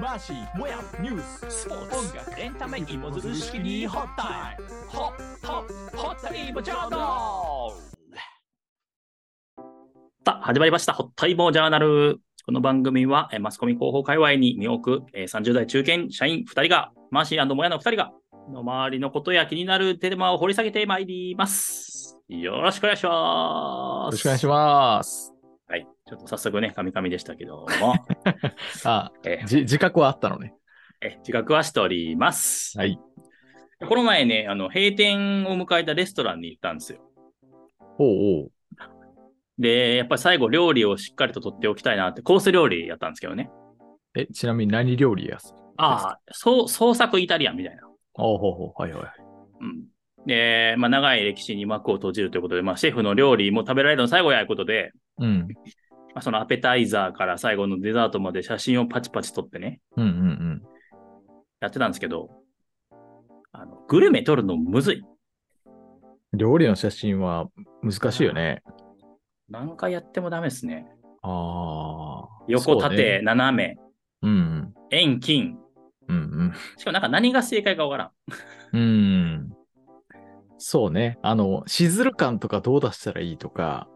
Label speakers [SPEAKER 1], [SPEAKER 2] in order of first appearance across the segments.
[SPEAKER 1] マシもやニューススポーツ音楽エンタメ芋づる式にホッタイムホッホッホッタイムジャーナル
[SPEAKER 2] さあ、始まりました。ホッタイボージャーナル。この番組は、えーマスコミ広報界隈に身を置く、えー30代中堅社員2人が、マーシーモヤの2人が、の周りのことや気になるテーマを掘り下げてまいります。よろしくお願いしま
[SPEAKER 3] よ
[SPEAKER 2] す。
[SPEAKER 3] ろしくお願いします。
[SPEAKER 2] はい。ちょっと早速ね、カミカミでしたけども、
[SPEAKER 3] あ
[SPEAKER 2] えー
[SPEAKER 3] じ自覚はあったのね。
[SPEAKER 2] えー自覚はしております。
[SPEAKER 3] はい。
[SPEAKER 2] この前ね、あの、閉店を迎えたレストランに行ったんですよ。
[SPEAKER 3] おうおう。
[SPEAKER 2] で、やっぱり最後料理をしっかりと取っておきたいなって、コース料理やったんですけどね。
[SPEAKER 3] え、ちなみに何料理やす
[SPEAKER 2] ああ、そう、創作イタリアンみたいな。
[SPEAKER 3] おうほうほう。はいはい。
[SPEAKER 2] うんで、まあ、長い歴史に幕を閉じるということで、まあ、シェフの料理も食べられるの最後やいうことで、
[SPEAKER 3] うん。
[SPEAKER 2] まあ、そのアペタイザーから最後のデザートまで写真をパチパチ撮ってね、
[SPEAKER 3] うんうん
[SPEAKER 2] やってたんですけど、あのグルメ撮るのむずい。
[SPEAKER 3] うん。料理の写真は難しいよね。
[SPEAKER 2] 何回やってもダメですね。
[SPEAKER 3] ああ。
[SPEAKER 2] 横、
[SPEAKER 3] そうね
[SPEAKER 2] 縦、斜
[SPEAKER 3] うん
[SPEAKER 2] め、遠近。
[SPEAKER 3] うん。うん
[SPEAKER 2] しかもなんか何が正解かわか
[SPEAKER 3] う
[SPEAKER 2] らん。
[SPEAKER 3] ん。うん。そうね。あの、しずる感とかどう出したらいいとか、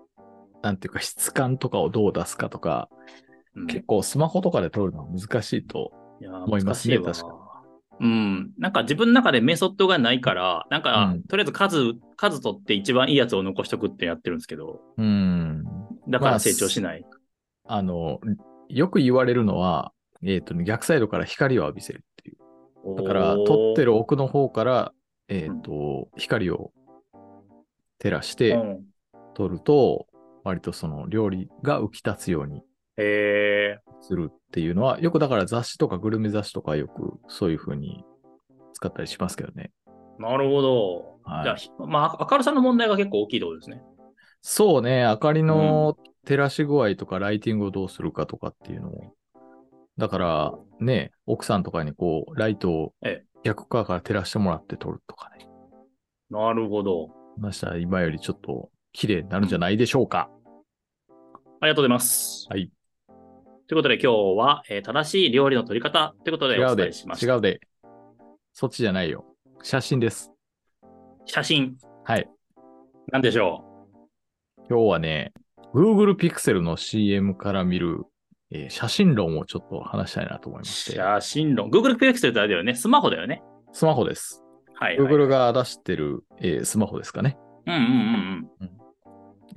[SPEAKER 3] なんていうか質感とかをどう出すかとか、
[SPEAKER 2] うん
[SPEAKER 3] 結構スマホとかで撮るのは難しいと。
[SPEAKER 2] いやー
[SPEAKER 3] 思いますね
[SPEAKER 2] 難しいわ
[SPEAKER 3] 確
[SPEAKER 2] うん。なんか自分の中でメソッドがないから、なんか、
[SPEAKER 3] うん
[SPEAKER 2] とりあえず数、数取って一番いいやつを残しとくってやってるんですけど、
[SPEAKER 3] うん。
[SPEAKER 2] だから成長しない。
[SPEAKER 3] あの、よく言われるのは、えっ、と、逆サイドから光を浴びせるっていう。だから、撮って
[SPEAKER 2] る
[SPEAKER 3] る奥の方から、えっ、と、光を照らして
[SPEAKER 2] うん、
[SPEAKER 3] 撮ると、割とその料理が浮き立つように
[SPEAKER 2] へえ
[SPEAKER 3] するっていうのは、よくだから雑誌とかグルメ雑誌とかよくそういう風に使ったりしますけどね。
[SPEAKER 2] なるほど。
[SPEAKER 3] はい
[SPEAKER 2] じゃあひ、まあ、明るさの問題が結構大きいってことですね。
[SPEAKER 3] そうね、明かりの照らし具合とかライティングをどうするかとかっていうのも。だから、ね、奥さんとかにこう、ライトを
[SPEAKER 2] え
[SPEAKER 3] 逆側から照らしてもらって撮るとかね。
[SPEAKER 2] なるほど。
[SPEAKER 3] ましたら今よりちょっと綺麗になるんじゃないでしょうか。
[SPEAKER 2] ありがとうございます。
[SPEAKER 3] はい。
[SPEAKER 2] ということで、今日は、えー正しい料理の取り方ということで
[SPEAKER 3] 違
[SPEAKER 2] お
[SPEAKER 3] う
[SPEAKER 2] 伝
[SPEAKER 3] で
[SPEAKER 2] えしま、
[SPEAKER 3] 違
[SPEAKER 2] した。
[SPEAKER 3] うで。そっちじゃないよ。写真です。
[SPEAKER 2] 写真、
[SPEAKER 3] はい。
[SPEAKER 2] なんでしょ
[SPEAKER 3] 今日はね、Google Pixel の CM から見る、えー写真論をちょっと話したいなと思いうまして。
[SPEAKER 2] 写真論。Google Pixel ってあれだよね。スマホだよね。
[SPEAKER 3] スマホです。
[SPEAKER 2] はい、はい。
[SPEAKER 3] Google が出してる、えースマホですかね。
[SPEAKER 2] うんうんうん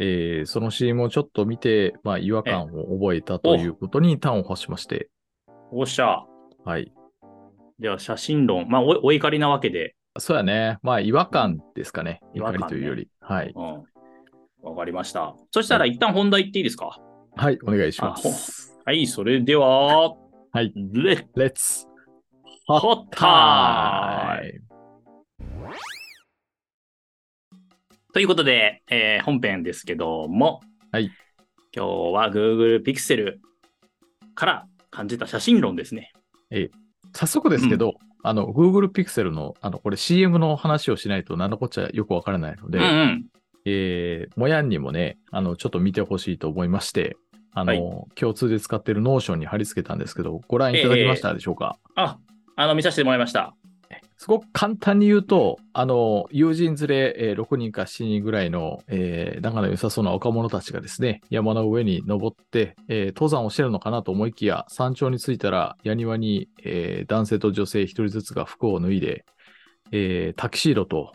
[SPEAKER 3] えーその CM をちょっと見て、まあ、違和感を覚えたということに端を発しまして。
[SPEAKER 2] うん。おっしゃ。
[SPEAKER 3] はい。
[SPEAKER 2] では、写真論。まあお、お怒りなわけで。
[SPEAKER 3] そうやね。まあ、違和感ですかね。
[SPEAKER 2] 違
[SPEAKER 3] 怒
[SPEAKER 2] 和感
[SPEAKER 3] り
[SPEAKER 2] ね
[SPEAKER 3] というより。はい。
[SPEAKER 2] うん。わかりました。そしたら、一旦本題行っていいですか
[SPEAKER 3] はい、お願いします。
[SPEAKER 2] はい、それでは、
[SPEAKER 3] はい
[SPEAKER 2] レッ
[SPEAKER 3] レッツ
[SPEAKER 2] ホッタイ
[SPEAKER 3] イ
[SPEAKER 2] ムということで、えー本編ですけども、
[SPEAKER 3] はい
[SPEAKER 2] 今日は Google Pixel から感じた写真論ですね。
[SPEAKER 3] 早速ですけど、あの、Google Pixel の、あの、これ CM の話をしないと何のこっちゃよくわからないので、
[SPEAKER 2] うんうん。
[SPEAKER 3] えー、もやんにもね、あの、ちょっと見てほしいと思いまして、あの、
[SPEAKER 2] はい
[SPEAKER 3] 共通で使ってる Notion に貼り付けたんですけど、ご覧いただきましたでしょうか、
[SPEAKER 2] あ、あの、見させてもらいました。
[SPEAKER 3] すごく簡単に言うと、あの、友人連れ、えー6人か7人ぐらいの、えー仲の良さそうな若者たちがですね、山の上に登って、えー登山をしてるのかなと思いきや、山頂に着いたら、矢庭に、えー男性と女性一人ずつが服を脱いで、えータキシードと、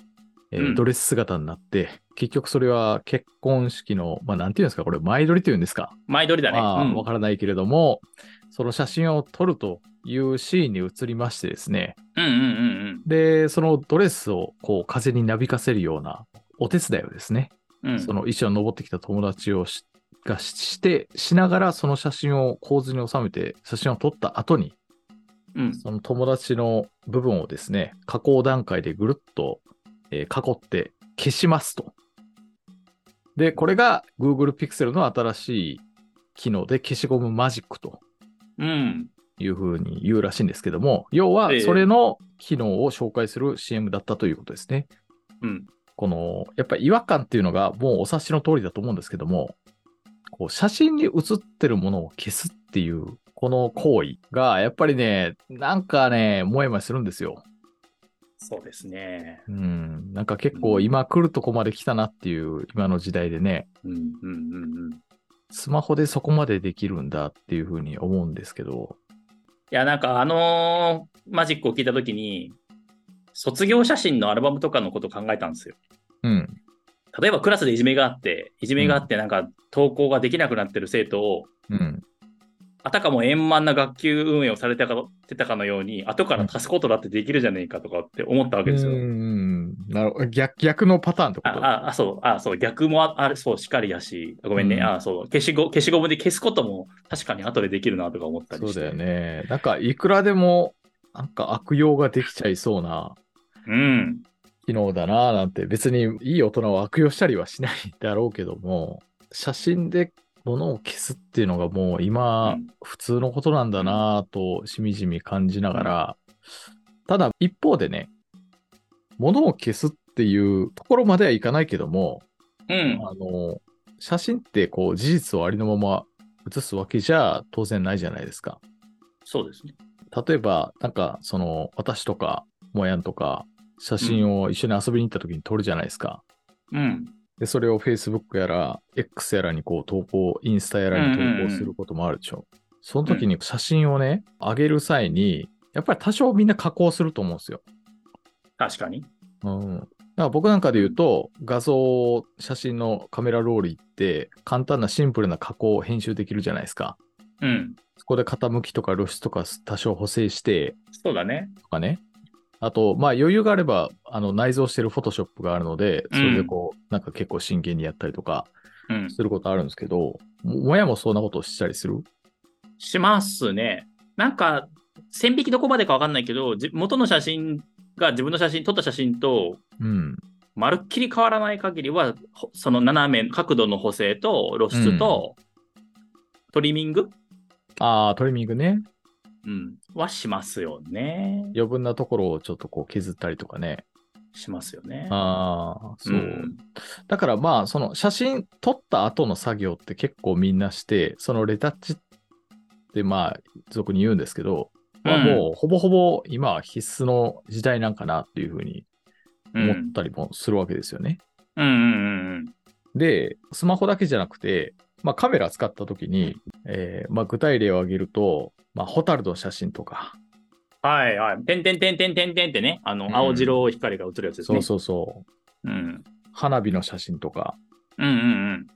[SPEAKER 3] えー
[SPEAKER 2] うん
[SPEAKER 3] ドレス姿になって、結局それは結婚式の、まあ、なんていうんですか、これ、前撮りというんですか。
[SPEAKER 2] 前撮りだね。
[SPEAKER 3] まあ、
[SPEAKER 2] うん
[SPEAKER 3] わからないけれども、その写真を撮るというシーンに移りましてですね、
[SPEAKER 2] うんうんうん
[SPEAKER 3] で、そのドレスをこう風になびかせるようなお手伝いをですね、
[SPEAKER 2] うん。うん、
[SPEAKER 3] その一緒に登ってきた友達をしがしして、しながらその写真を構図に収めて、写真を撮った後に、
[SPEAKER 2] うん、
[SPEAKER 3] その友達の部分をですね、加工段階でぐるっと、えー囲って消しますと。で、これが Google Pixel の新しい機能で消しゴムマジックと
[SPEAKER 2] うん。
[SPEAKER 3] いうふうに言うらしいんですけども、要は
[SPEAKER 2] ええ
[SPEAKER 3] それの機能を紹介する CM だったということですね。
[SPEAKER 2] うん。
[SPEAKER 3] この、やっぱり違和感っていうのがもうお察しの通りだと思うんですけども、こう写真に写ってるものを消すっていうこの行為が、やっぱりね、なんかね、もやもやするんですよ。
[SPEAKER 2] そうですね。
[SPEAKER 3] うん。なんか結構今来るとこまで来たなっていう、今の時代でね、
[SPEAKER 2] うんうんうんうん。い
[SPEAKER 3] スマホでそこまでできるんだっていうふうに思うんですけど、
[SPEAKER 2] や、なんかあのーマジックを聞いたときに、卒業写真のアルバムとかのことを考えたんですよ。
[SPEAKER 3] うん。
[SPEAKER 2] 例えばクラスでいじめがあって、いじめがあってなんか登校ができなくなってる生徒を、
[SPEAKER 3] うん。
[SPEAKER 2] あたかも円満な学級運営をされてたかてたかのように、後から足すことだってできるじゃねえかとかって思ったわけですよ。
[SPEAKER 3] うん。なるほど。逆、逆のパターンってこ
[SPEAKER 2] あ
[SPEAKER 3] と
[SPEAKER 2] ああ、そう、あ、そう、逆もああれ、そう、しかりやし、ごめんね、
[SPEAKER 3] うん
[SPEAKER 2] あ、そう、消しゴ、消しゴムで消すことも確かに後でできるなとか思ったり
[SPEAKER 3] そ
[SPEAKER 2] して。
[SPEAKER 3] うだよ。ね。なんか、いくらでも、なんか悪用ができちゃいそうな
[SPEAKER 2] うん。
[SPEAKER 3] 機能だなぁなんて、別にいい大人は悪用したりはしないだろうけども、写真で物を消すっていうのがもう今
[SPEAKER 2] うん、
[SPEAKER 3] 普通のことなんだなぁと、しみじみ感じながら、ただ一方でね、物を消すっていうところまではいかないけども、
[SPEAKER 2] うん。
[SPEAKER 3] あの、写真ってこう事実をありのまま写すわけじゃ当然ないじゃないですか。
[SPEAKER 2] そうですね。
[SPEAKER 3] 例えば、なんか、その、私とか、もやんとか、写真を一緒に遊びに行った時に撮るじゃないですか。
[SPEAKER 2] うん。
[SPEAKER 3] で、それを Facebook やら、X やらにこう投稿、インスタやらに投稿することもあるでしょ。その時に写真をね、上げる際に、やっぱり多少みんな加工すると思うんですよ。
[SPEAKER 2] 確かに。
[SPEAKER 3] うん。だから僕なんかで言うと、画像、写真のカメラロール行って、簡単なシンプルな加工を編集できるじゃないですか。
[SPEAKER 2] うん。
[SPEAKER 3] そこで傾きとか露出とか多少補正して、
[SPEAKER 2] そうだね。
[SPEAKER 3] とかね。あと、まあ余裕があれば、あの内蔵してるフォトショップがあるので、それでこう、なんか結構真剣にやったりとか
[SPEAKER 2] うん。
[SPEAKER 3] することあるんですけど、ももやもそんなことをしたりする
[SPEAKER 2] しますね。なんか、線引きどこまでかわかんないけど、じ元の写真が自分の写真、撮った写真と、
[SPEAKER 3] うん。
[SPEAKER 2] まるっきり変わらない限りは、ほその斜め、角度の補正と露出と、トリミング、
[SPEAKER 3] ああ、トリミングね。
[SPEAKER 2] うん、はしますよね。
[SPEAKER 3] 余分なところをちょっとこう削ったりとかね。
[SPEAKER 2] しますよね。
[SPEAKER 3] ああ、そう。
[SPEAKER 2] ん
[SPEAKER 3] だからまあ、その写真撮った後の作業って結構みんなして、そのレタッチってまあ、俗に言うんですけど、まあもうほぼほぼ今は必須の時代なんかなっていうふうに
[SPEAKER 2] うん
[SPEAKER 3] 思ったりもするわけですよね。
[SPEAKER 2] うんうんうん
[SPEAKER 3] で、スマホだけじゃなくて、まあ、カメラ使った時に、えーまあ、具体例を挙げると、まあ、ホタルの写真とか、
[SPEAKER 2] はいはい。てんてんてんてんてんてんってね、あ
[SPEAKER 3] う
[SPEAKER 2] の、
[SPEAKER 3] ん
[SPEAKER 2] 青白い光が映るやつです
[SPEAKER 3] そ
[SPEAKER 2] ね。
[SPEAKER 3] うそうそう、
[SPEAKER 2] う。うん。
[SPEAKER 3] 花火の写真とか、
[SPEAKER 2] うんうん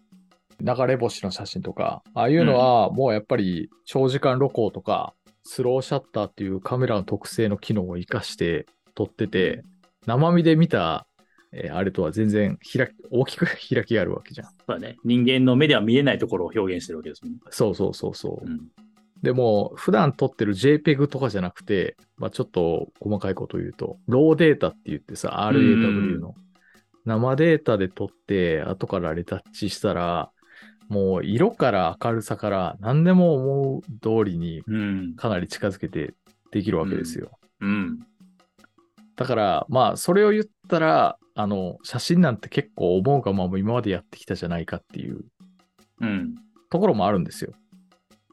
[SPEAKER 3] 流れ星の写真とか、ああいうのはもうやっぱり長時間露光とか、スローシャッターっていうカメラの特性の機能を生かして撮ってて、生身で見た、えーあれとは全然開き大きく開きがあるわけじゃん
[SPEAKER 2] う。ん。そうだね。人間の目では見えないところを表現してるわけですね。
[SPEAKER 3] そうそうそうそう。
[SPEAKER 2] うん。
[SPEAKER 3] でも、普段撮ってる JPEG とかじゃなくて、まあ、ちょっと細かいことを言うと、ローデータって言ってさ、RAW の生データで撮って、後からレタッチしたら、もう色から明るさから何でも思う通りに
[SPEAKER 2] うん。
[SPEAKER 3] かなり近づけてできるわけですよ。
[SPEAKER 2] うん。
[SPEAKER 3] だから、まあ、それを言ったら、あの、写真なんて結構思うがまま今までやってきたじゃないかっていう
[SPEAKER 2] うん。
[SPEAKER 3] ところもあるんですよ。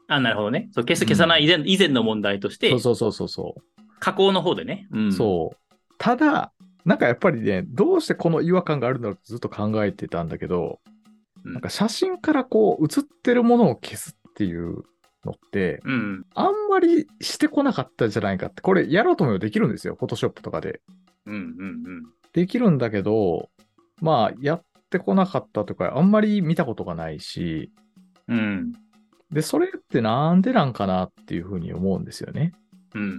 [SPEAKER 2] あ、なるほどね。そう消す消さない以前,、以前の問題として
[SPEAKER 3] そう、そうそうそうそう。
[SPEAKER 2] 加工の方でね。うん、
[SPEAKER 3] そう。ただ、なんかやっぱりね、どうしてこの違和感があるんだろうってずっと考えてたんだけど、
[SPEAKER 2] うん
[SPEAKER 3] なんか写真からこう写ってるものを消すっていうのって、
[SPEAKER 2] う。うん。
[SPEAKER 3] あんまりしてこなかったじゃないかって、これやろうと思えばできるんですよ、フォトショップとかで。
[SPEAKER 2] うんうん
[SPEAKER 3] できるんだけど、まあ、やってこなかったとか、あんまり見たことがないし、
[SPEAKER 2] うん。うん。
[SPEAKER 3] で、それってなんでなんかなっていうふうに思うんですよね。
[SPEAKER 2] うん。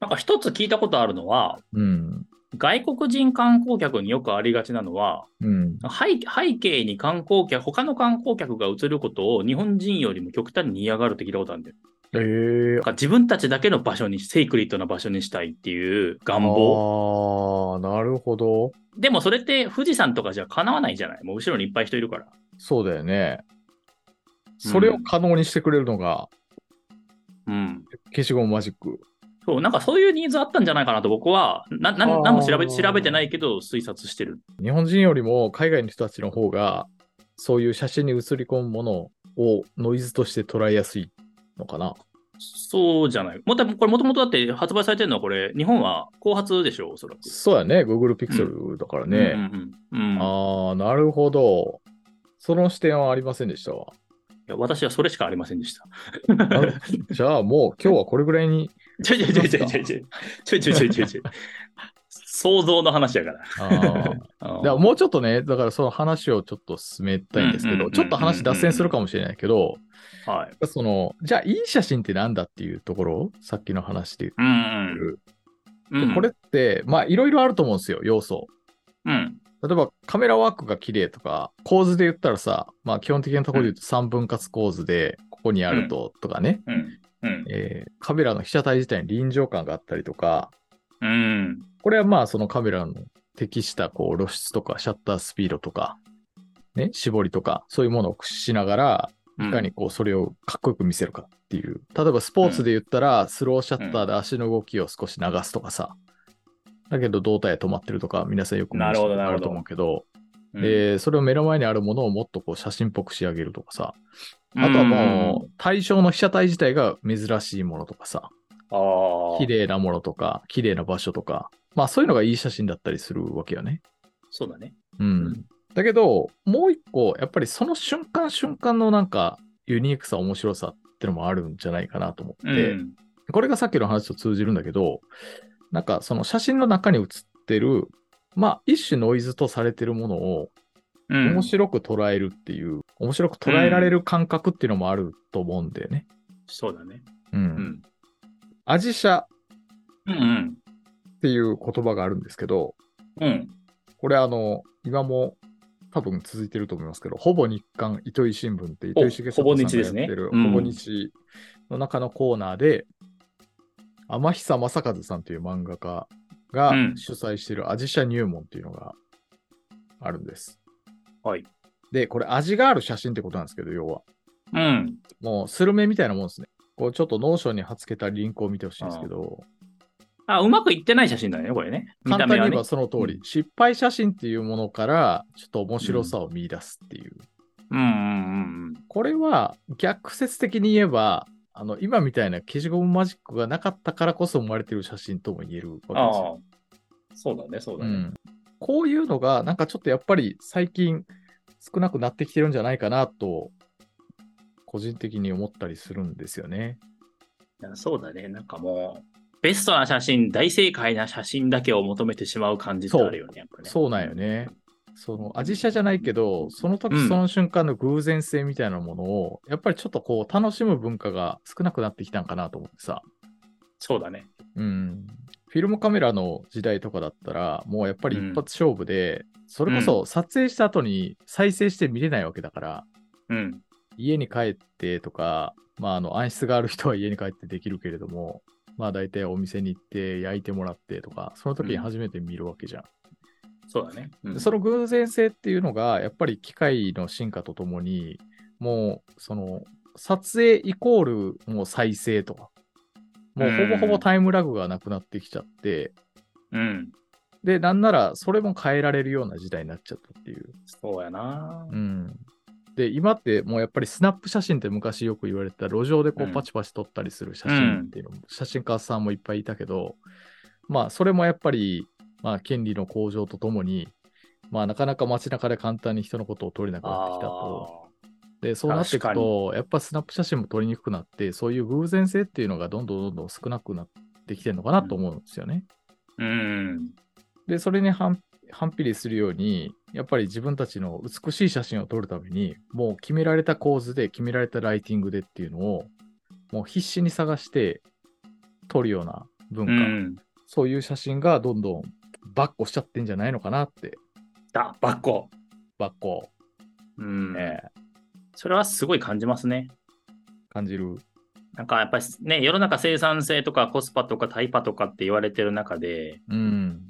[SPEAKER 2] なんか一つ聞いたことあるのは、
[SPEAKER 3] うん。
[SPEAKER 2] 外国人観光客によくありがちなのは、
[SPEAKER 3] うん。
[SPEAKER 2] 背背景に観光客、他の観光客が映ることを日本人よりも極端に嫌がるって聞いたことあるんだよ。
[SPEAKER 3] ええ
[SPEAKER 2] だから自分たちだけの場所に、セイクリットな場所にしたいっていう願望。
[SPEAKER 3] ああ、なるほど。
[SPEAKER 2] でもそれって富士山とかじゃ叶わないじゃないもう後ろにいっぱい人いるから。
[SPEAKER 3] そうだよね。それを可能にしてくれるのが
[SPEAKER 2] うん。
[SPEAKER 3] 消しゴムマジック。
[SPEAKER 2] そう、なんかそういうニーズあったんじゃないかなと僕は、な、な
[SPEAKER 3] あー
[SPEAKER 2] 何も調べ、調べてないけど推察してる。
[SPEAKER 3] 日本人よりも海外の人たちの方が、そういう写真に写り込むものをノイズとして捉えやすいのかな。
[SPEAKER 2] そうじゃない。もとこれもともとだって発売されてるのはこれ、日本は後発でしょ、おそらく。
[SPEAKER 3] そうやね、Google Pixel だからね。
[SPEAKER 2] うんうんうんうん
[SPEAKER 3] ああ、なるほど。その視点はありませんでした わ。
[SPEAKER 2] いや私はそれしかありませんでした。
[SPEAKER 3] あじゃあもう今日はこれぐらいに。
[SPEAKER 2] ちょいちょいちょいちょいちょいちょいちょいちょいちょいちょいちょい。想像の話やから。
[SPEAKER 3] あ ー
[SPEAKER 2] あ
[SPEAKER 3] だ
[SPEAKER 2] ー
[SPEAKER 3] からもうちょっとね、だからその話をちょっと進めたいんですけ
[SPEAKER 2] うんうんうんう
[SPEAKER 3] ど、ち
[SPEAKER 2] ん
[SPEAKER 3] ょっと話脱線するかもしれないけど、
[SPEAKER 2] はい。
[SPEAKER 3] その、じゃあいい写真ってなんだっていうところ、さっきの話で
[SPEAKER 2] うんうん、
[SPEAKER 3] 言
[SPEAKER 2] う。
[SPEAKER 3] うんと、これ、って、まあいろいろあると思うんですよ、要素。
[SPEAKER 2] うん。
[SPEAKER 3] 例えばカメラワークが綺麗とか、構図で言ったらさ、まあ基本的なところで言うと3分割構図で、ここにあると、とかね、
[SPEAKER 2] うん。うん。
[SPEAKER 3] えーカメラの被写体自体に臨場感があったりとか、
[SPEAKER 2] うん。
[SPEAKER 3] これはまあそのカメラの適したこう露出とかシャッタースピードとか、ね、絞りとか、そういうものを駆使しながら、いかにこうそれをかっこよく見せるかっていう。例えばスポーツで言ったら、スローシャッターで足の動きを少し流すとかさ。だけど胴体は止まってるとか、皆さんよく見る
[SPEAKER 2] なるほど
[SPEAKER 3] あ
[SPEAKER 2] なるほ
[SPEAKER 3] る
[SPEAKER 2] ど
[SPEAKER 3] と思うけど、
[SPEAKER 2] うん、
[SPEAKER 3] えーそれを目の前にあるものをもっとこう写真っぽく仕上げるとかさ。
[SPEAKER 2] うん
[SPEAKER 3] あとはもう対象の被写体自体が珍しいものとかさ、
[SPEAKER 2] ああ。
[SPEAKER 3] 綺麗なものとか、綺麗な場所とか、まあそういうのがいい写真だったりするわけよね。
[SPEAKER 2] そうだね。
[SPEAKER 3] うん。
[SPEAKER 2] うん
[SPEAKER 3] だけど、もう一個、やっぱりその瞬間瞬間のなんかユニークさ、面白さってのもあるんじゃないかなと思って、
[SPEAKER 2] うん。
[SPEAKER 3] これがさっきの話と通じるんだけど、なんかその写真の中に写ってる、まあ一種ノイズとされてるものを
[SPEAKER 2] うん
[SPEAKER 3] 面白く捉えるっていう、面白く捉えられる感覚っていうのもあると思うんだよね。
[SPEAKER 2] そうだね。
[SPEAKER 3] う。
[SPEAKER 2] うんん。
[SPEAKER 3] アジシャ
[SPEAKER 2] うん。
[SPEAKER 3] っていう言葉があるんですけど、
[SPEAKER 2] うん。うん。
[SPEAKER 3] これあの、今も多分続いてると思いますけど、ほぼ日刊糸井新聞って糸井重里さん
[SPEAKER 2] ほぼ
[SPEAKER 3] が
[SPEAKER 2] 日で
[SPEAKER 3] やっ
[SPEAKER 2] す
[SPEAKER 3] て
[SPEAKER 2] ね
[SPEAKER 3] る、
[SPEAKER 2] うん
[SPEAKER 3] ほぼ日の中のコーナーで、天久正和さんという漫画家が
[SPEAKER 2] うん
[SPEAKER 3] 主催しているアジ社入門っていうのがあるんです。
[SPEAKER 2] はい。
[SPEAKER 3] で、これ味がある写真ってことなんですけど、要は。
[SPEAKER 2] うん。
[SPEAKER 3] もうスルメみたいなもんですね。こうちょっとノーションに貼っつけたリンクを見てほしいんですけど、
[SPEAKER 2] あ、うまくいってない写真だね、これね。見
[SPEAKER 3] 簡
[SPEAKER 2] た
[SPEAKER 3] 単
[SPEAKER 2] 目
[SPEAKER 3] に言
[SPEAKER 2] は
[SPEAKER 3] え
[SPEAKER 2] ね
[SPEAKER 3] ば。その通り、
[SPEAKER 2] うん
[SPEAKER 3] 失敗写真っていうものからちょっと面白さを見出すっていう、
[SPEAKER 2] うんうんうん
[SPEAKER 3] これは逆説的に言えばあの今みたいな消しゴムマジックがなかったからこそ生まれてる写真とも言えるわけです
[SPEAKER 2] うん。あ
[SPEAKER 3] よ
[SPEAKER 2] あ。そうだね、そうだ
[SPEAKER 3] う
[SPEAKER 2] ね。
[SPEAKER 3] んこういうのがなんかちょっとやっぱり最近少なくなってきてるんじゃないかなと個人的に思ったりするんですよね。
[SPEAKER 2] いやそうだね、なんかもう、ベストな写真、大正解な写真だけを求めてしまう感じってあるよね、やっぱね。
[SPEAKER 3] そうなんよね。その味社じゃないけど、その時
[SPEAKER 2] うん
[SPEAKER 3] その瞬間の偶然性みたいなものを、やっぱりちょっとこう楽しむ文化が少なくなってきたんかなと思ってさ。
[SPEAKER 2] そうだね。
[SPEAKER 3] うん。フィルムカメラの時代とかだったら、もうやっぱり一発勝負で、それこそ撮影した後に再生して見れないわけだから、
[SPEAKER 2] うん。
[SPEAKER 3] 家に帰ってとか、まああの暗室がある人は家に帰ってできるけれども、まあ大体お店に行って焼いてもらってとか、その時に初めて見るわけじゃん
[SPEAKER 2] そうだね。うん
[SPEAKER 3] その偶然性っていうのが、やっぱり機械の進化とともに、もう、その、撮影イコールもう再生とか、もうほぼほぼタイムラグがなくなってきちゃって、
[SPEAKER 2] うん。
[SPEAKER 3] で、なんならそれも変えられるような時代になっちゃったっていう。
[SPEAKER 2] そうやな。
[SPEAKER 3] うん。で、今ってもうやっぱりスナップ写真って昔よく言われてた路上でこ
[SPEAKER 2] う
[SPEAKER 3] うんパチパチ撮ったりする写真っていうのも、写真家さんもいっぱいいたけど、まあそれもやっぱり、まあ権利の向上とともに、まあなかなか街中で簡単に人のことを撮れなくなってきたと。
[SPEAKER 2] あ
[SPEAKER 3] で、そうなっていく
[SPEAKER 2] 確か
[SPEAKER 3] と、やっぱスナップ写真も撮りにくくなって、そういう偶然性っていうのがどんどんどんどん少なくなってきてるのかなと思うんですよね。
[SPEAKER 2] ーうん。
[SPEAKER 3] で、それに反反比例するように、やっぱり自分たちの美しい写真を撮るために、もう決められた構図で、決められたライティングでっていうのを、もう必死に探して撮るような文
[SPEAKER 2] う
[SPEAKER 3] 化、
[SPEAKER 2] ん。
[SPEAKER 3] そういう写真がどんどんバッコしちゃってんじゃないのかなって、
[SPEAKER 2] だ、バッコ。
[SPEAKER 3] バッコ、
[SPEAKER 2] うん。
[SPEAKER 3] ええ
[SPEAKER 2] それはすごい感じますね。
[SPEAKER 3] 感じる。
[SPEAKER 2] なんかやっぱりね、世の中生産性とかコスパとかタイパとかって言われてる中で、
[SPEAKER 3] うん。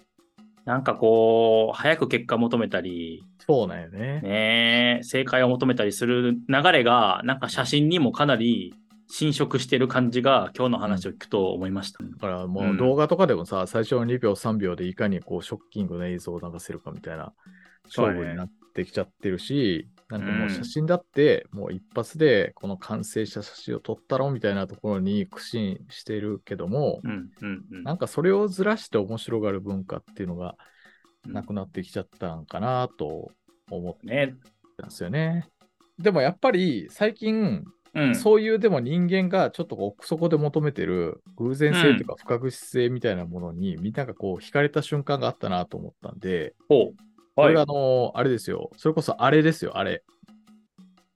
[SPEAKER 2] なんかこう、早く結果求めたり、
[SPEAKER 3] そうなんよね。
[SPEAKER 2] ねえ、正解を求めたりする流れが、なんか写真にもかなり侵食してる感じが、今日の話を聞くと思いました。
[SPEAKER 3] だからも
[SPEAKER 2] う
[SPEAKER 3] うん動画とかでもさ、最初の2秒3秒でいかにこうショッキングな映像を流せるかみたいな
[SPEAKER 2] そう
[SPEAKER 3] 勝
[SPEAKER 2] ね
[SPEAKER 3] 負になってきちゃってるし、なんかもう
[SPEAKER 2] うん
[SPEAKER 3] 写真だって、もう一発でこの完成した写真を撮ったろみたいなところに苦心してるけども、
[SPEAKER 2] うんうんうん
[SPEAKER 3] なんかそれをずらして面白がる文化っていうのが
[SPEAKER 2] うん
[SPEAKER 3] なくなってきちゃったんかなと思って
[SPEAKER 2] ね。
[SPEAKER 3] たんですよね。でもやっぱり最近、
[SPEAKER 2] うん。
[SPEAKER 3] そういうでも人間がちょっとこう奥底で求めてる偶然性とか不確実性みたいなものにみんながこう惹かれた瞬間があったなと思ったんで、
[SPEAKER 2] ほう
[SPEAKER 3] これ
[SPEAKER 2] は
[SPEAKER 3] が
[SPEAKER 2] い。
[SPEAKER 3] あの、あれですよ。それこそあれですよ、あれ。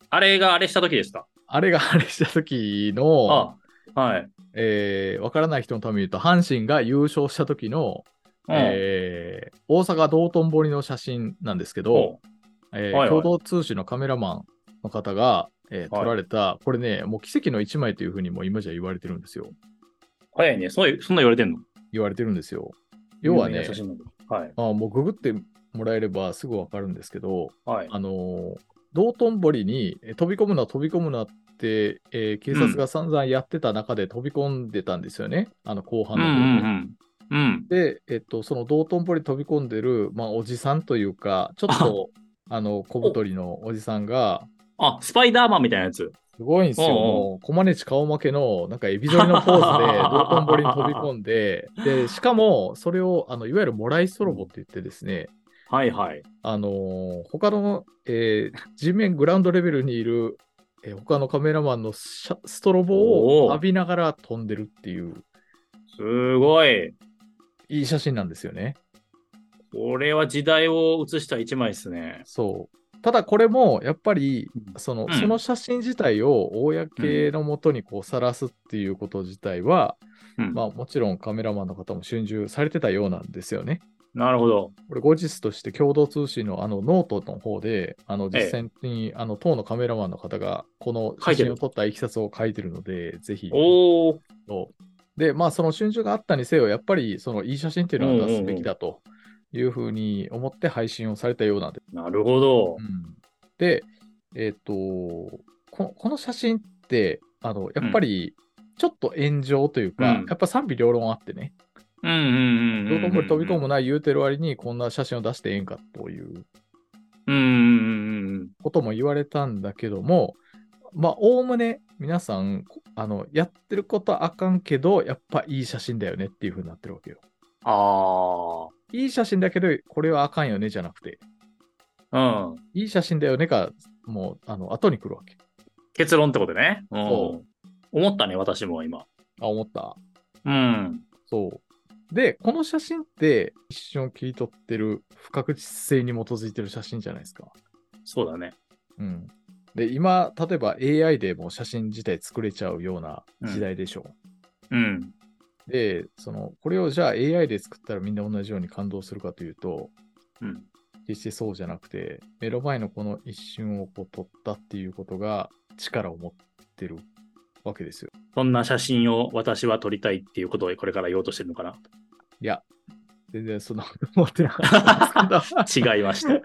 [SPEAKER 2] あれがあれした時ですか
[SPEAKER 3] あれがあれした時の、
[SPEAKER 2] あはい。
[SPEAKER 3] えーわからない人のために言うと、阪神が優勝した時の、
[SPEAKER 2] うん
[SPEAKER 3] えー大阪道頓堀の写真なんですけど、
[SPEAKER 2] ほ
[SPEAKER 3] えー
[SPEAKER 2] はいはい
[SPEAKER 3] 共同通信のカメラマンの方が、えー
[SPEAKER 2] はい
[SPEAKER 3] 撮られた、これね、もう奇跡の一枚というふうにもう今じゃ言われてるんですよ。
[SPEAKER 2] う早いね。そういうそんな言われてんの
[SPEAKER 3] 言われてるんですよ。要は
[SPEAKER 2] 有名
[SPEAKER 3] ね
[SPEAKER 2] な写、真なんだはい。
[SPEAKER 3] あもうググってもらえればすぐわかるんですけど、
[SPEAKER 2] はい。
[SPEAKER 3] あのー道頓堀にえ飛び込むな、飛び込むなって、えー警察が散々やってた中で飛び込んでたんですよね、あの後
[SPEAKER 2] う
[SPEAKER 3] 半
[SPEAKER 2] んう
[SPEAKER 3] の
[SPEAKER 2] ん
[SPEAKER 3] 方で。
[SPEAKER 2] うん。うん。
[SPEAKER 3] で、えっと、その道頓堀飛び込んでる、まあ、おじさんというか、ちょっと、あの、小太りのおじさんが、
[SPEAKER 2] あ、スパイダーマンみたいなやつ。
[SPEAKER 3] すごいんですよ。
[SPEAKER 2] おうおう
[SPEAKER 3] もう、コマネチ顔負けの、なんか、エビ反りのポーズで、道頓堀に飛び込んで、 で、しかも、それを、あの、いわゆるもらいそろぼって言ってですね、
[SPEAKER 2] はいはい。
[SPEAKER 3] あのー他の、えー地面グラウンドレベルにいる、えー他のカメラマンのシャストロボ
[SPEAKER 2] お
[SPEAKER 3] を
[SPEAKER 2] ー
[SPEAKER 3] 浴びながら飛んでるっていう、
[SPEAKER 2] すごい。
[SPEAKER 3] いい写真なんですよね。
[SPEAKER 2] これは時代を映した一枚ですね。
[SPEAKER 3] そう。ただこれも、やっぱり、その、
[SPEAKER 2] うん
[SPEAKER 3] その写真自体を公のもとにこう晒すっていうこと自体は、
[SPEAKER 2] うん
[SPEAKER 3] まあもちろんカメラマンの方も春秋されてたようなんですよね。
[SPEAKER 2] なるほど。
[SPEAKER 3] これ後日として共同通信のあのノートの方で、あの実際にあの当のカメラマンの方がこの
[SPEAKER 2] 書いて
[SPEAKER 3] 写
[SPEAKER 2] る
[SPEAKER 3] 真を撮ったいきさつを書いてるので、ぜひ。
[SPEAKER 2] おー。
[SPEAKER 3] で、まあその春秋があったにせよ、やっぱりそのいい写真っていうのは出すべきだというふうに思って配信をされたようなんです
[SPEAKER 2] なるほど。
[SPEAKER 3] うんで、えっ、とこ、この写真って、あの、やっぱり、ちょっと炎上というか、
[SPEAKER 2] うん
[SPEAKER 3] やっぱ賛否両論あってね、
[SPEAKER 2] うんうんうん
[SPEAKER 3] ど
[SPEAKER 2] うんうん。
[SPEAKER 3] こも飛び込むな言うてる割に、こんな写真を出してええんかという
[SPEAKER 2] うんうんうんうん。
[SPEAKER 3] ことも言われたんだけども、まあ、おおむね皆さん、あの、やってることはあかんけど、やっぱいい写真だよねっていう風になってるわけよ。
[SPEAKER 2] あ
[SPEAKER 3] いい写真だけど、これはあかんよねじゃなくて、
[SPEAKER 2] あ。うん。
[SPEAKER 3] いい写真だよねが、もう、あの、後に来るわけ。
[SPEAKER 2] 結論ってことね。うん
[SPEAKER 3] そ
[SPEAKER 2] 思ったね、私も今。
[SPEAKER 3] あ、思った
[SPEAKER 2] うん。
[SPEAKER 3] そう。で、この写真って一瞬切り取ってる不確実性に基づいてる写真じゃないですか。
[SPEAKER 2] そうだね。
[SPEAKER 3] うん。で、今、例えば AI でもう写真自体作れちゃうような時代でしょ
[SPEAKER 2] うん。
[SPEAKER 3] う。で、その、これをじゃあ AI で作ったらみんな同じように感動するかというと、
[SPEAKER 2] うん。
[SPEAKER 3] 決してそうじゃなくて、目の前のこの一瞬をこう撮ったっていうことが力を持ってるわけですよ。
[SPEAKER 2] そんな写真を私は撮りたいっていうことをこれから言おうとしてるのかな。
[SPEAKER 3] いや、全然 そんなこと思ってなかったんですけ ど。
[SPEAKER 2] 違いました。
[SPEAKER 3] い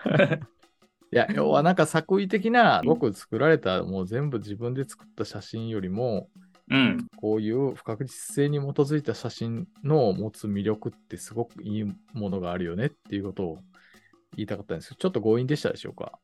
[SPEAKER 3] や、要はなんか作為的な、僕作られた、もう全部自分で作った写真よりも、
[SPEAKER 2] うん。
[SPEAKER 3] こういう不確実性に基づいた写真の持つ魅力ってすごくいいものがあるよねっていうことを言いたかったんですけど、ちょっと強引でしたでしょうか。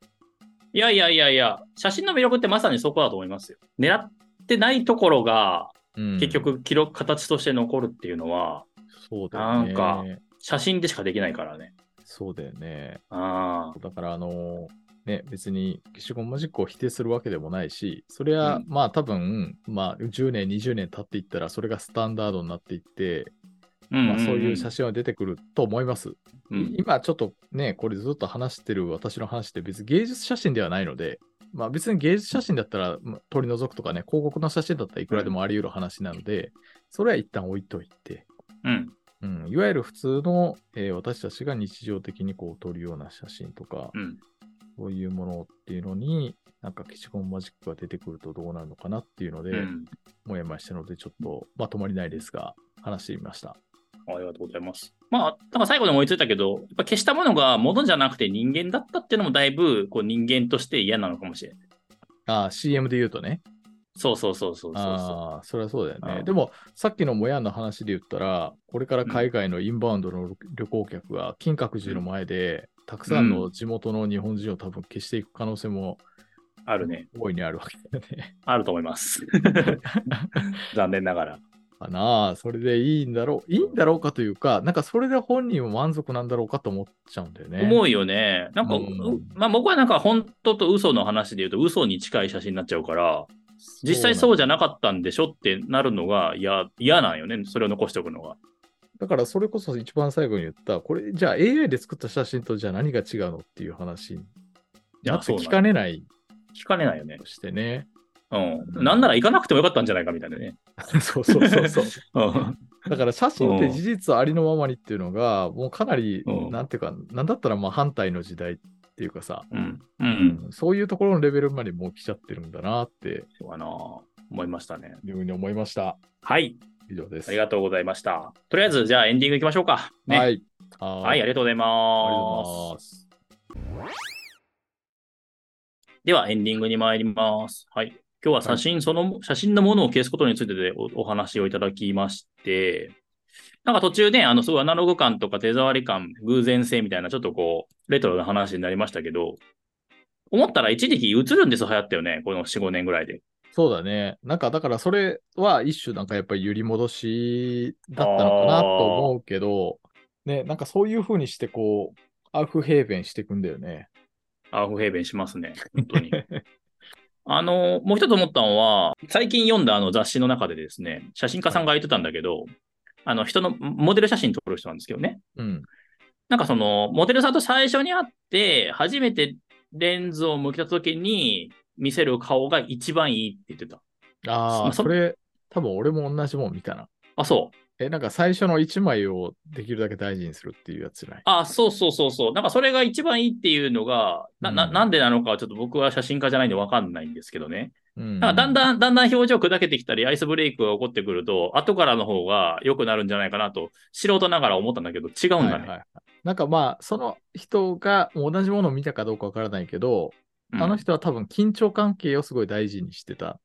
[SPEAKER 2] いやいやいやいや、写真の魅力ってまさにそこだと思いますよ。狙ってないところが
[SPEAKER 3] うん
[SPEAKER 2] 結、局記録、形として残るっていうのは
[SPEAKER 3] そうだよね。
[SPEAKER 2] なん写真でしかできないからね。
[SPEAKER 3] そうだよね。
[SPEAKER 2] ああ。
[SPEAKER 3] だから、あのね、別に消しゴムマジックを否定するわけでもないし、それは、
[SPEAKER 2] うん
[SPEAKER 3] まあ多分、まあ10年、20年経っていったら、それがスタンダードになっていって、
[SPEAKER 2] うん
[SPEAKER 3] まあ、そういう写
[SPEAKER 2] 真。
[SPEAKER 3] 真は出てくると思います。
[SPEAKER 2] うん
[SPEAKER 3] 今ちょっとね、これずっと話してる私の話って別に芸術写真ではないので、まあ別に芸術写真だったらまあ取り除くとかね、広告の写真だったらいくらでもあり得る話なので、それは一旦置いといて、
[SPEAKER 2] うん。
[SPEAKER 3] うん、いわゆる普通の、えー私たちが日常的にこう撮るような写真とか、
[SPEAKER 2] うん。
[SPEAKER 3] そういうものっていうのに、なんか消しゴムマジックが出てくるとどうなるのかなっていうので、
[SPEAKER 2] うん。
[SPEAKER 3] もやもやしたので、ちょっとまとまりないですが、話してみました。
[SPEAKER 2] ありがとうございます。まあ、だから最後に思いついたけど、やっぱ消したものが物じゃなくて人間だったっていうのもだいぶこう人間として嫌なのかもしれない。
[SPEAKER 3] あー CM で言うとね、
[SPEAKER 2] そうそうそうそうそうそ
[SPEAKER 3] ああ、それはそうだよ
[SPEAKER 2] う
[SPEAKER 3] ね。
[SPEAKER 2] ん
[SPEAKER 3] でも、さっきのもやんの話で言ったら、これから海外のインバウンドの旅行客が金閣寺の前で、たくさんの地元の日本人を多分消していく可能性も
[SPEAKER 2] あるね。
[SPEAKER 3] 大いにあるわけだよ ね。
[SPEAKER 2] あると思 います。残念ながら。
[SPEAKER 3] かなあそれでいいんだろう。いいんだろうかというか、なんかそれで本人も満足なんだろうかと思っちゃうんだよね。
[SPEAKER 2] 思うよね。なんか、
[SPEAKER 3] うん
[SPEAKER 2] うまあ僕はなんか本当と嘘の話で言うと嘘に近い写真になっちゃうから、実際そうじゃなかったんでしょってなるのが嫌嫌なんよね。それを残しておくのが。
[SPEAKER 3] だからそれこそ一番最後に言った、これじゃあ AI で作った写真とじゃあ何が違うのっていう話になって
[SPEAKER 2] そうなの
[SPEAKER 3] 聞かねない
[SPEAKER 2] 聞かねないよね。
[SPEAKER 3] として ね。
[SPEAKER 2] うん。なんなら行かなくてもよかったんじゃないかみたいなね。
[SPEAKER 3] そうそうそうそう。
[SPEAKER 2] うん。
[SPEAKER 3] だから写真って事実ありのままにっていうのが、もうかなり、
[SPEAKER 2] うん
[SPEAKER 3] なんていうか、なんだったらまあ反対の時代っていうかさ、
[SPEAKER 2] うん。うん。
[SPEAKER 3] そういうところのレベルまでもう来ちゃってるんだなって
[SPEAKER 2] そうかな。思いましたね。
[SPEAKER 3] いうふうに思いました。
[SPEAKER 2] はい。
[SPEAKER 3] 以上です。
[SPEAKER 2] ありがとうございました。とりあえず、じゃあエンディングいきましょうか。ね。
[SPEAKER 3] は
[SPEAKER 2] はい。
[SPEAKER 3] い。は
[SPEAKER 2] ありがとうございま。
[SPEAKER 3] ありがとうございます
[SPEAKER 2] では、エンディングに参ります。はい。今日は写真その、写真のものを消すことについてでおお話をいただきまして、なんか途中ね、あの、すごいアナログ感とか手触り感、偶然性みたいな、ちょっとこう、レトロな話になりましたけど、思ったら一時期映るんですよ流行ったよね。この4、5年ぐらいで。
[SPEAKER 3] そうだね。なんか、だからそれは一種なんかやっぱり揺り戻しだったのかなと思うけど、ね、なんかそういう風にしてこう、アウフヘーベンしていくんだよね。
[SPEAKER 2] アーフヘーベンしますね。本当に。あの、もう一つ思ったのは、最近読んだあの雑誌の中でですね、写真家さんが言ってたんだけど、あの、人のモデル写真撮る人なんですけどね。
[SPEAKER 3] うん。
[SPEAKER 2] なんかその、モデルさんと最初に会って、初めてレンズを向けた時に見せる顔が一番いいって言ってた。
[SPEAKER 3] ああ、
[SPEAKER 2] そ
[SPEAKER 3] それ、多分俺も同じもん見たな。
[SPEAKER 2] あ、そう。
[SPEAKER 3] え、なんか最初の1枚をできるだけ大事にするっていうやつじゃない。
[SPEAKER 2] あ、そうそうそうそう。なんかそれが一番いいっていうのが、な、な
[SPEAKER 3] うん
[SPEAKER 2] なんでなのかはちょっと僕は写真家じゃないんでわかんないんですけどね。
[SPEAKER 3] うん
[SPEAKER 2] なんかだんだん、だんだん表情砕けてきたり、アイスブレイクが起こってくると、後からの方が良くなるんじゃないかなと、素人ながら思ったんだけど、違うん
[SPEAKER 3] は
[SPEAKER 2] だね。
[SPEAKER 3] いはいはいなんかまあ、その人が同じものを見たかどうかわからないけど、
[SPEAKER 2] うん
[SPEAKER 3] あの人は多分緊張関係をすごい大事にしてた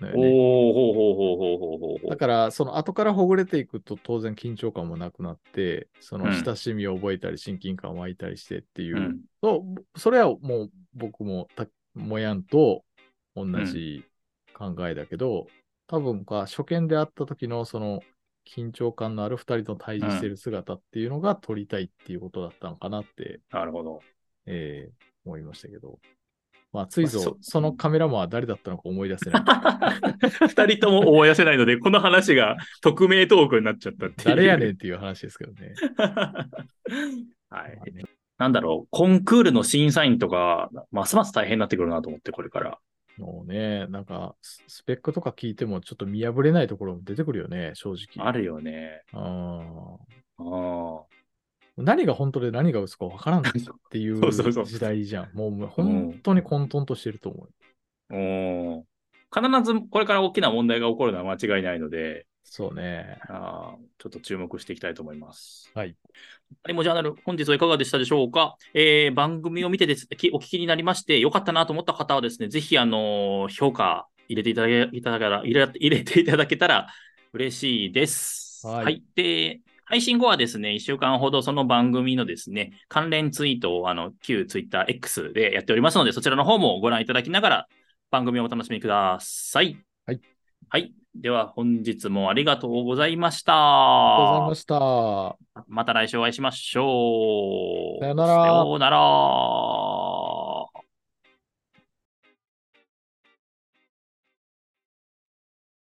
[SPEAKER 3] のよね。
[SPEAKER 2] おー、ほうほうほうほうほうほうほ
[SPEAKER 3] だ
[SPEAKER 2] う。
[SPEAKER 3] から、その後からほぐれていくと当然緊張感もなくなって、その
[SPEAKER 2] うん
[SPEAKER 3] 親しみを覚えたり親近感を湧いたりしてっていうう、
[SPEAKER 2] ん、
[SPEAKER 3] そうそれはもう僕もたもやんと同じ考えだけど、多分か初見で会った時のその緊張感のある2人と対峙してる姿っていうのが撮りたいっていうことだったのかなって、
[SPEAKER 2] なるほど。
[SPEAKER 3] えー思いましたけど、まあ、ついぞ、
[SPEAKER 2] まあそ
[SPEAKER 3] そのカメラマンは誰だったのか思い出せ ない。
[SPEAKER 2] 二人とも思い出せないので、この話が匿名トークになっちゃったっていう。
[SPEAKER 3] 誰やねん
[SPEAKER 2] ん。
[SPEAKER 3] っ ていう話ですけどね。
[SPEAKER 2] はい。なんだろう、コンクールの審査員とか、ますます大変になってくるなと思って、これから。
[SPEAKER 3] もうね、なんか、ススペックとか聞いても、ちょっと見破れないところも出てくるよね、正直。
[SPEAKER 2] あるよね。
[SPEAKER 3] あ
[SPEAKER 2] ああ。
[SPEAKER 3] ー何が本当で何が嘘か分からんってい
[SPEAKER 2] そううそうそう
[SPEAKER 3] 時代じゃん。もうもう本当に混沌としてると思う。
[SPEAKER 2] おお。必ずこれから大きな問題が起こるのは間違いないので、
[SPEAKER 3] そうね。
[SPEAKER 2] あーちょっと注目していきたいと思います。
[SPEAKER 3] はい。
[SPEAKER 2] アリモジャーナル、本日はいかがでしたでしょうか、えー番組を見てですきお聞きになりまして、良かったなと思った方はですね、ぜひ、あのー評価入れていただけいただけたら入れ、入れていただけたら嬉しいです。
[SPEAKER 3] はい
[SPEAKER 2] で、配信後はですね、1週間ほどその番組のですね、関連ツイートを、あの、旧ツイッター X でやっておりますので、そちらの方もご覧いただきながら、番組をお楽しみください。
[SPEAKER 3] はい。
[SPEAKER 2] はい。では、本日もありがとうございました。
[SPEAKER 3] ありがとうございました。
[SPEAKER 2] また来週お会いしましょう。
[SPEAKER 3] さよなら
[SPEAKER 2] さようなら。